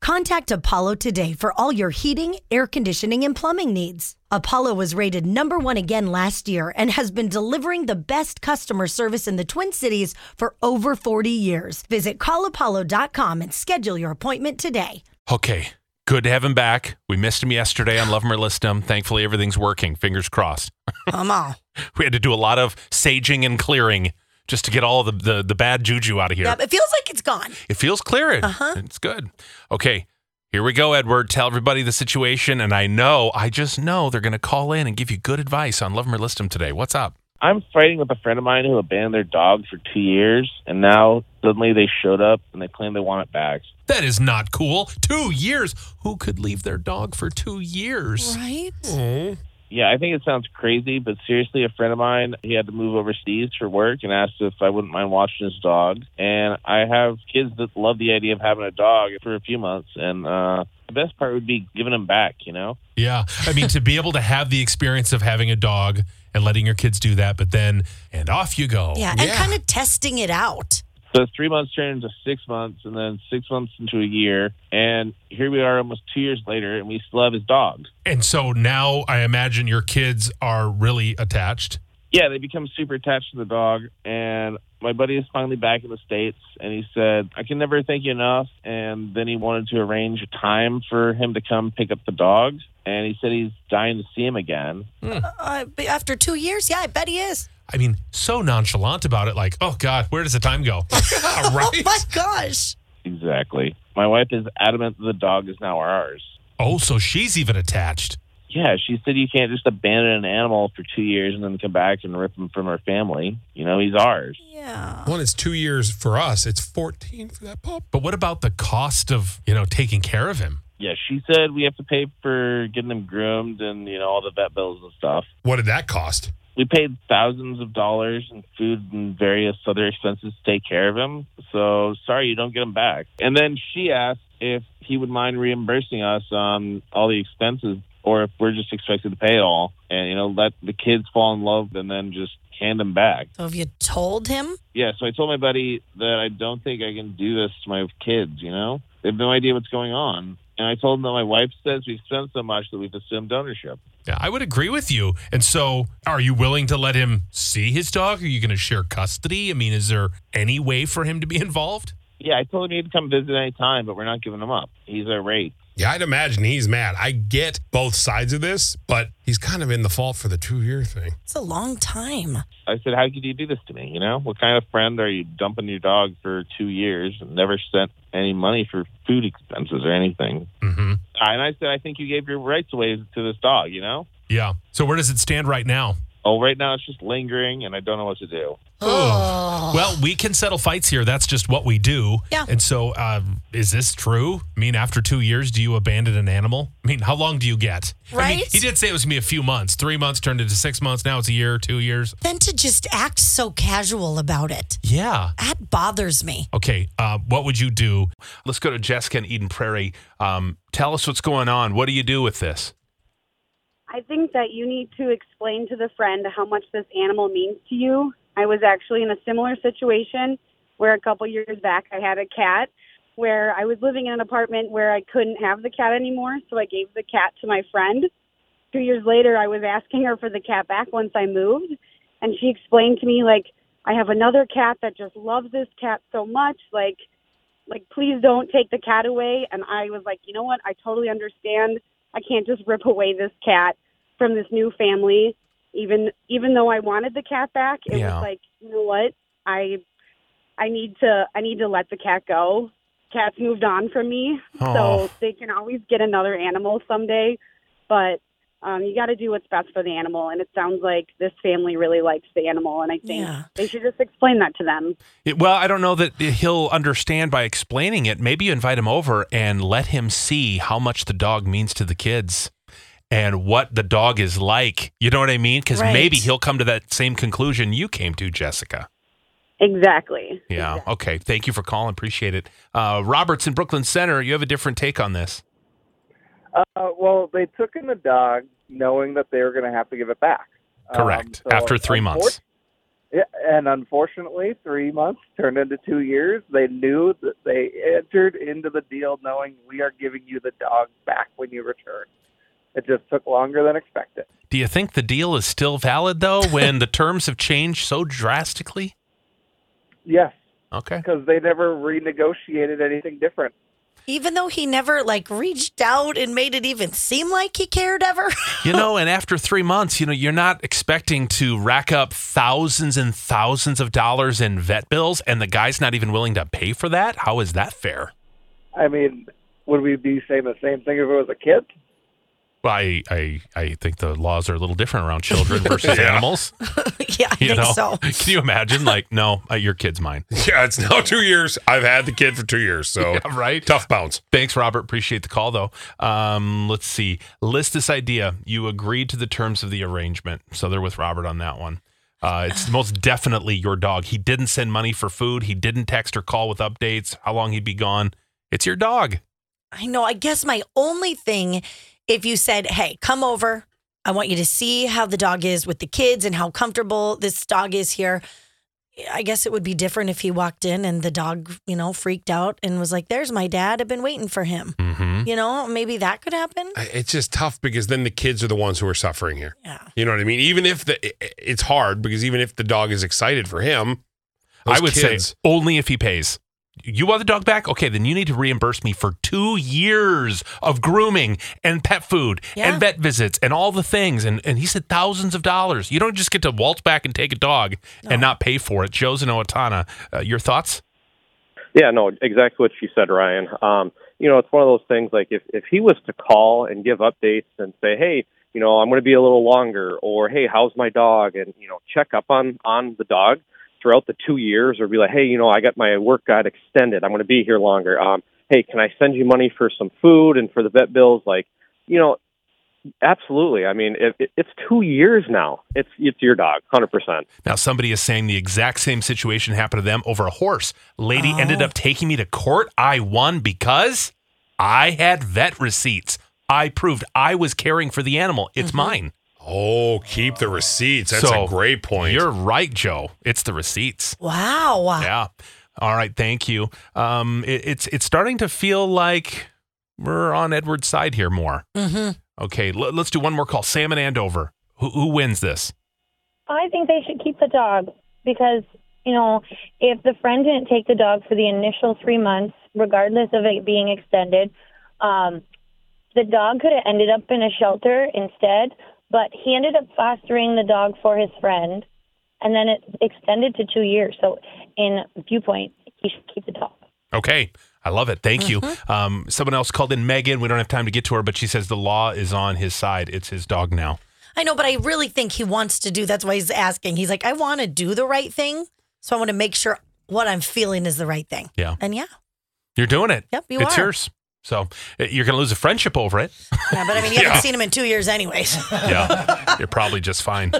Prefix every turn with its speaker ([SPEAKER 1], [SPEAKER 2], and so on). [SPEAKER 1] Contact Apollo today for all your heating, air conditioning, and plumbing needs. Apollo was rated number one again last year and has been delivering the best customer service in the Twin Cities for over 40 years. Visit callapollo.com and schedule your appointment today.
[SPEAKER 2] Okay. Good to have him back. We missed him yesterday on Love Him or List Him. Thankfully, everything's working. Fingers crossed.
[SPEAKER 1] Come on.
[SPEAKER 2] We had to do a lot of saging and clearing just to get all the, the, the bad juju out of here.
[SPEAKER 1] Yep, it feels like it's gone.
[SPEAKER 2] It feels clearing.
[SPEAKER 1] Uh-huh.
[SPEAKER 2] It's good. Okay, here we go, Edward. Tell everybody the situation. And I know, I just know they're going to call in and give you good advice on Love 'em or List 'em today. What's up?
[SPEAKER 3] I'm fighting with a friend of mine who abandoned their dog for two years, and now suddenly they showed up and they claim they want it back.
[SPEAKER 2] That is not cool. Two years. Who could leave their dog for two years?
[SPEAKER 1] Right?
[SPEAKER 3] Yeah, I think it sounds crazy, but seriously, a friend of mine, he had to move overseas for work and asked if I wouldn't mind watching his dog. And I have kids that love the idea of having a dog for a few months, and uh, the best part would be giving them back, you know?
[SPEAKER 4] Yeah. I mean, to be able to have the experience of having a dog and letting your kids do that, but then, and off you go.
[SPEAKER 1] Yeah, and kind of testing it out.
[SPEAKER 3] So three months turned into six months, and then six months into a year. And here we are almost two years later, and we still have his dog.
[SPEAKER 4] And so now I imagine your kids are really attached.
[SPEAKER 3] yeah, they become super attached to the dog. And my buddy is finally back in the States, and he said, I can never thank you enough. And then he wanted to arrange a time for him to come pick up the dog. And he said he's dying to see him again.
[SPEAKER 1] Uh, but after two years, yeah, I bet he is.
[SPEAKER 4] I mean, so nonchalant about it, like, oh God, where does the time go? Yeah,
[SPEAKER 1] Oh
[SPEAKER 4] right?
[SPEAKER 1] my gosh.
[SPEAKER 3] Exactly. My wife is adamant that the dog is now ours.
[SPEAKER 4] Oh, so she's even attached.
[SPEAKER 3] Yeah, she said you can't just abandon an animal for two years and then come back and rip him from our family. You know, he's ours.
[SPEAKER 1] Yeah.
[SPEAKER 5] One, it's two years for us. It's 14 for that pup.
[SPEAKER 4] But what about the cost of, you know, taking care of him?
[SPEAKER 3] Yeah, she said we have to pay for getting him groomed and, you know, all the vet bills and stuff.
[SPEAKER 5] What did that cost?
[SPEAKER 3] we paid thousands of dollars in food and various other expenses to take care of him. So sorry, you don't get him back. And then she asked if he would mind reimbursing us on all the expenses or if we're just expected to pay it all and, you know, let the kids fall in love and then just hand them back.
[SPEAKER 1] So have you told him?
[SPEAKER 3] Yeah. So I told my buddy that I don't think I can do this to my kids, you know, they have no idea what's going on. And I told him that my wife says we've spent so much that we've assumed ownership.
[SPEAKER 4] Yeah, I would agree with you. And so, are you willing to let him see his dog? Are you going to share custody? I mean, is there any way for him to be involved?
[SPEAKER 3] Yeah, I told him he'd come visit any time, but we're not giving him up. He's our rate.
[SPEAKER 5] Yeah, I'd imagine he's mad. I get both sides of this, but he's kind of in the fault for the two year thing.
[SPEAKER 1] It's a long time.
[SPEAKER 3] I said, "How could you do this to me? You know, what kind of friend are you dumping your dog for two years and never sent any money for food expenses or anything?"
[SPEAKER 4] Mm-hmm.
[SPEAKER 3] And I said, "I think you gave your rights away to this dog. You know,
[SPEAKER 4] Yeah. So, where does it stand right now?
[SPEAKER 3] oh, right now it's just lingering, and I don't know what to do."
[SPEAKER 1] Oh.
[SPEAKER 4] Well, we can settle fights here. That's just what we do.
[SPEAKER 1] Yeah.
[SPEAKER 4] And so, uh, is this true? I mean, after two years, do you abandon an animal? I mean, how long do you get? I mean,
[SPEAKER 1] Right?
[SPEAKER 4] he did say it was going to be a few months. Three months turned into six months. Now it's a year, two years.
[SPEAKER 1] Then to just act so casual about it,
[SPEAKER 4] Yeah.
[SPEAKER 1] that bothers me.
[SPEAKER 4] Okay. Uh, what would you do?
[SPEAKER 2] Let's go to Jessica in Eden Prairie. Um, tell us what's going on. What do you do with this?
[SPEAKER 6] I think that you need to explain to the friend how much this animal means to you. I was actually in a similar situation where a couple years back I had a cat where I was living in an apartment where I couldn't have the cat anymore, so I gave the cat to my friend. Two years later, I was asking her for the cat back once I moved, and she explained to me like, "I have another cat that just loves this cat so much, like like please don't take the cat away and i was like you know what i totally understand i can't just rip away this cat from this new family even even though i wanted the cat back it
[SPEAKER 2] Yeah.
[SPEAKER 6] was like you know what i i need to i need to let the cat go cats moved on from me
[SPEAKER 2] Oh.
[SPEAKER 6] so they can always get another animal someday but um, you got to do what's best for the animal and it sounds like this family really likes the animal and i think
[SPEAKER 1] Yeah.
[SPEAKER 6] they should just explain that to them
[SPEAKER 2] It- well, I don't know that he'll understand by explaining it. Maybe you invite him over and let him see how much the dog means to the kids and what the dog is like. You know what I mean? Because
[SPEAKER 1] Right.
[SPEAKER 2] maybe he'll come to that same conclusion you came to, Jessica.
[SPEAKER 6] exactly
[SPEAKER 2] Yeah. Okay. Thank you for calling. Appreciate it. Uh, Roberts in Brooklyn Center, you have a different take on this.
[SPEAKER 7] Uh, well, they took in the
[SPEAKER 8] Um,
[SPEAKER 7] dog knowing that they were going to have to give it back. Um,
[SPEAKER 2] Correct. After three months.
[SPEAKER 7] Yeah, and unfortunately, three months turned into two years. They knew that they entered into the deal knowing we are giving you the dog back when you return. It just took longer than expected.
[SPEAKER 2] Do you think the deal is still valid though when the terms have changed so drastically?
[SPEAKER 7] Yes,
[SPEAKER 2] Okay.
[SPEAKER 7] because they never renegotiated anything different.
[SPEAKER 1] Even though he never like reached out and made it even seem like he cared ever.
[SPEAKER 2] You know, and after three months, you know, you're not expecting to rack up thousands and thousands of dollars in vet bills, and the guy's not even willing to pay for that. How is that fair?
[SPEAKER 7] I mean, would we be saying the same thing if it was a kid?
[SPEAKER 2] Well, I, I, I think the laws are a little different around children versus animals.
[SPEAKER 1] yeah, I
[SPEAKER 2] You
[SPEAKER 1] think
[SPEAKER 2] know,
[SPEAKER 1] so.
[SPEAKER 2] can you imagine? Like, no, uh, your kid's mine.
[SPEAKER 5] Yeah, it's now two years. I've had the kid for two years, so
[SPEAKER 2] Yeah, right.
[SPEAKER 5] tough bounce.
[SPEAKER 2] Thanks, Robert. Appreciate the call, though. Um, let's see. List this idea. You agreed to the terms of the arrangement. So they're with Robert on that one. Uh, it's most definitely your dog. He didn't send money for food. He didn't text or call with updates, how long he'd be gone. It's your dog.
[SPEAKER 1] I know. I guess my only thing, if you said, hey, come over, I want you to see how the dog is with the kids and how comfortable this dog is here. I guess it would be different if he walked in and the dog, you know, freaked out and was like, there's my dad. I've been waiting for him.
[SPEAKER 2] Mm-hmm.
[SPEAKER 1] You know, maybe that could happen.
[SPEAKER 5] I- It's just tough because then the kids are the ones who are suffering here.
[SPEAKER 1] Yeah.
[SPEAKER 5] You know what I mean? Even if the i- it's hard because even if the dog is excited for him,
[SPEAKER 2] I would say only if he pays. You want the dog back? Okay, then you need to reimburse me for two years of grooming and pet food
[SPEAKER 1] Yeah.
[SPEAKER 2] and vet visits and all the things. And and he said thousands of dollars. You don't just get to waltz back and take a dog and not pay for it. Joe's in Owatonna. Uh, your thoughts?
[SPEAKER 8] Yeah, no, exactly what she said, Ryan. Um, you know, it's one of those things like if, if he was to call and give updates and say, hey, you know, I'm going to be a little longer or, hey, how's my dog? And, you know, check up on, on the dog throughout the two years or be like, hey, you know, I got my work got extended. I'm going to be here longer. Um, hey, can I send you money for some food and for the vet bills? Like, you know, absolutely. I mean, it, it, it's two years now. It's, it's your dog, 100%.
[SPEAKER 2] Now somebody is saying the exact same situation happened to them over a horse. Lady ended up taking me to court. I won because I had vet receipts. I proved I was caring for the animal. It's mine.
[SPEAKER 5] oh, keep the receipts. That's
[SPEAKER 2] So,
[SPEAKER 5] a great point.
[SPEAKER 2] You're right, Joe. It's the receipts.
[SPEAKER 1] Wow.
[SPEAKER 2] Yeah. All right. Thank you. Um, it, it's it's starting to feel like we're on Edward's side here more.
[SPEAKER 1] hmm
[SPEAKER 2] Okay. L- let's do one more call. Sam and Andover. Who, who wins this?
[SPEAKER 9] I think they should keep the dog because, you know, if the friend didn't take the dog for the initial three months, regardless of it being extended, um, the dog could have ended up in a shelter instead, but he ended up fostering the dog for his friend, and then it extended to two years. So, in viewpoint, he should keep the dog.
[SPEAKER 2] Okay. I love it. Thank
[SPEAKER 1] Mm-hmm.
[SPEAKER 2] you. Um, someone else called in Megan. We don't have time to get to her, but she says the law is on his side. It's his dog now.
[SPEAKER 1] I know, but I really think he wants to do. That's why he's asking. He's like, I want to do the right thing. So I want to make sure what I'm feeling is the right thing.
[SPEAKER 2] Yeah.
[SPEAKER 1] And yeah.
[SPEAKER 2] You're doing it.
[SPEAKER 1] Yep, you
[SPEAKER 2] it's
[SPEAKER 1] are.
[SPEAKER 2] yours. So uh, you're going to lose a friendship over it.
[SPEAKER 1] Yeah. But I mean, you haven't seen him in two years, anyways.
[SPEAKER 2] Yeah. you're probably just fine.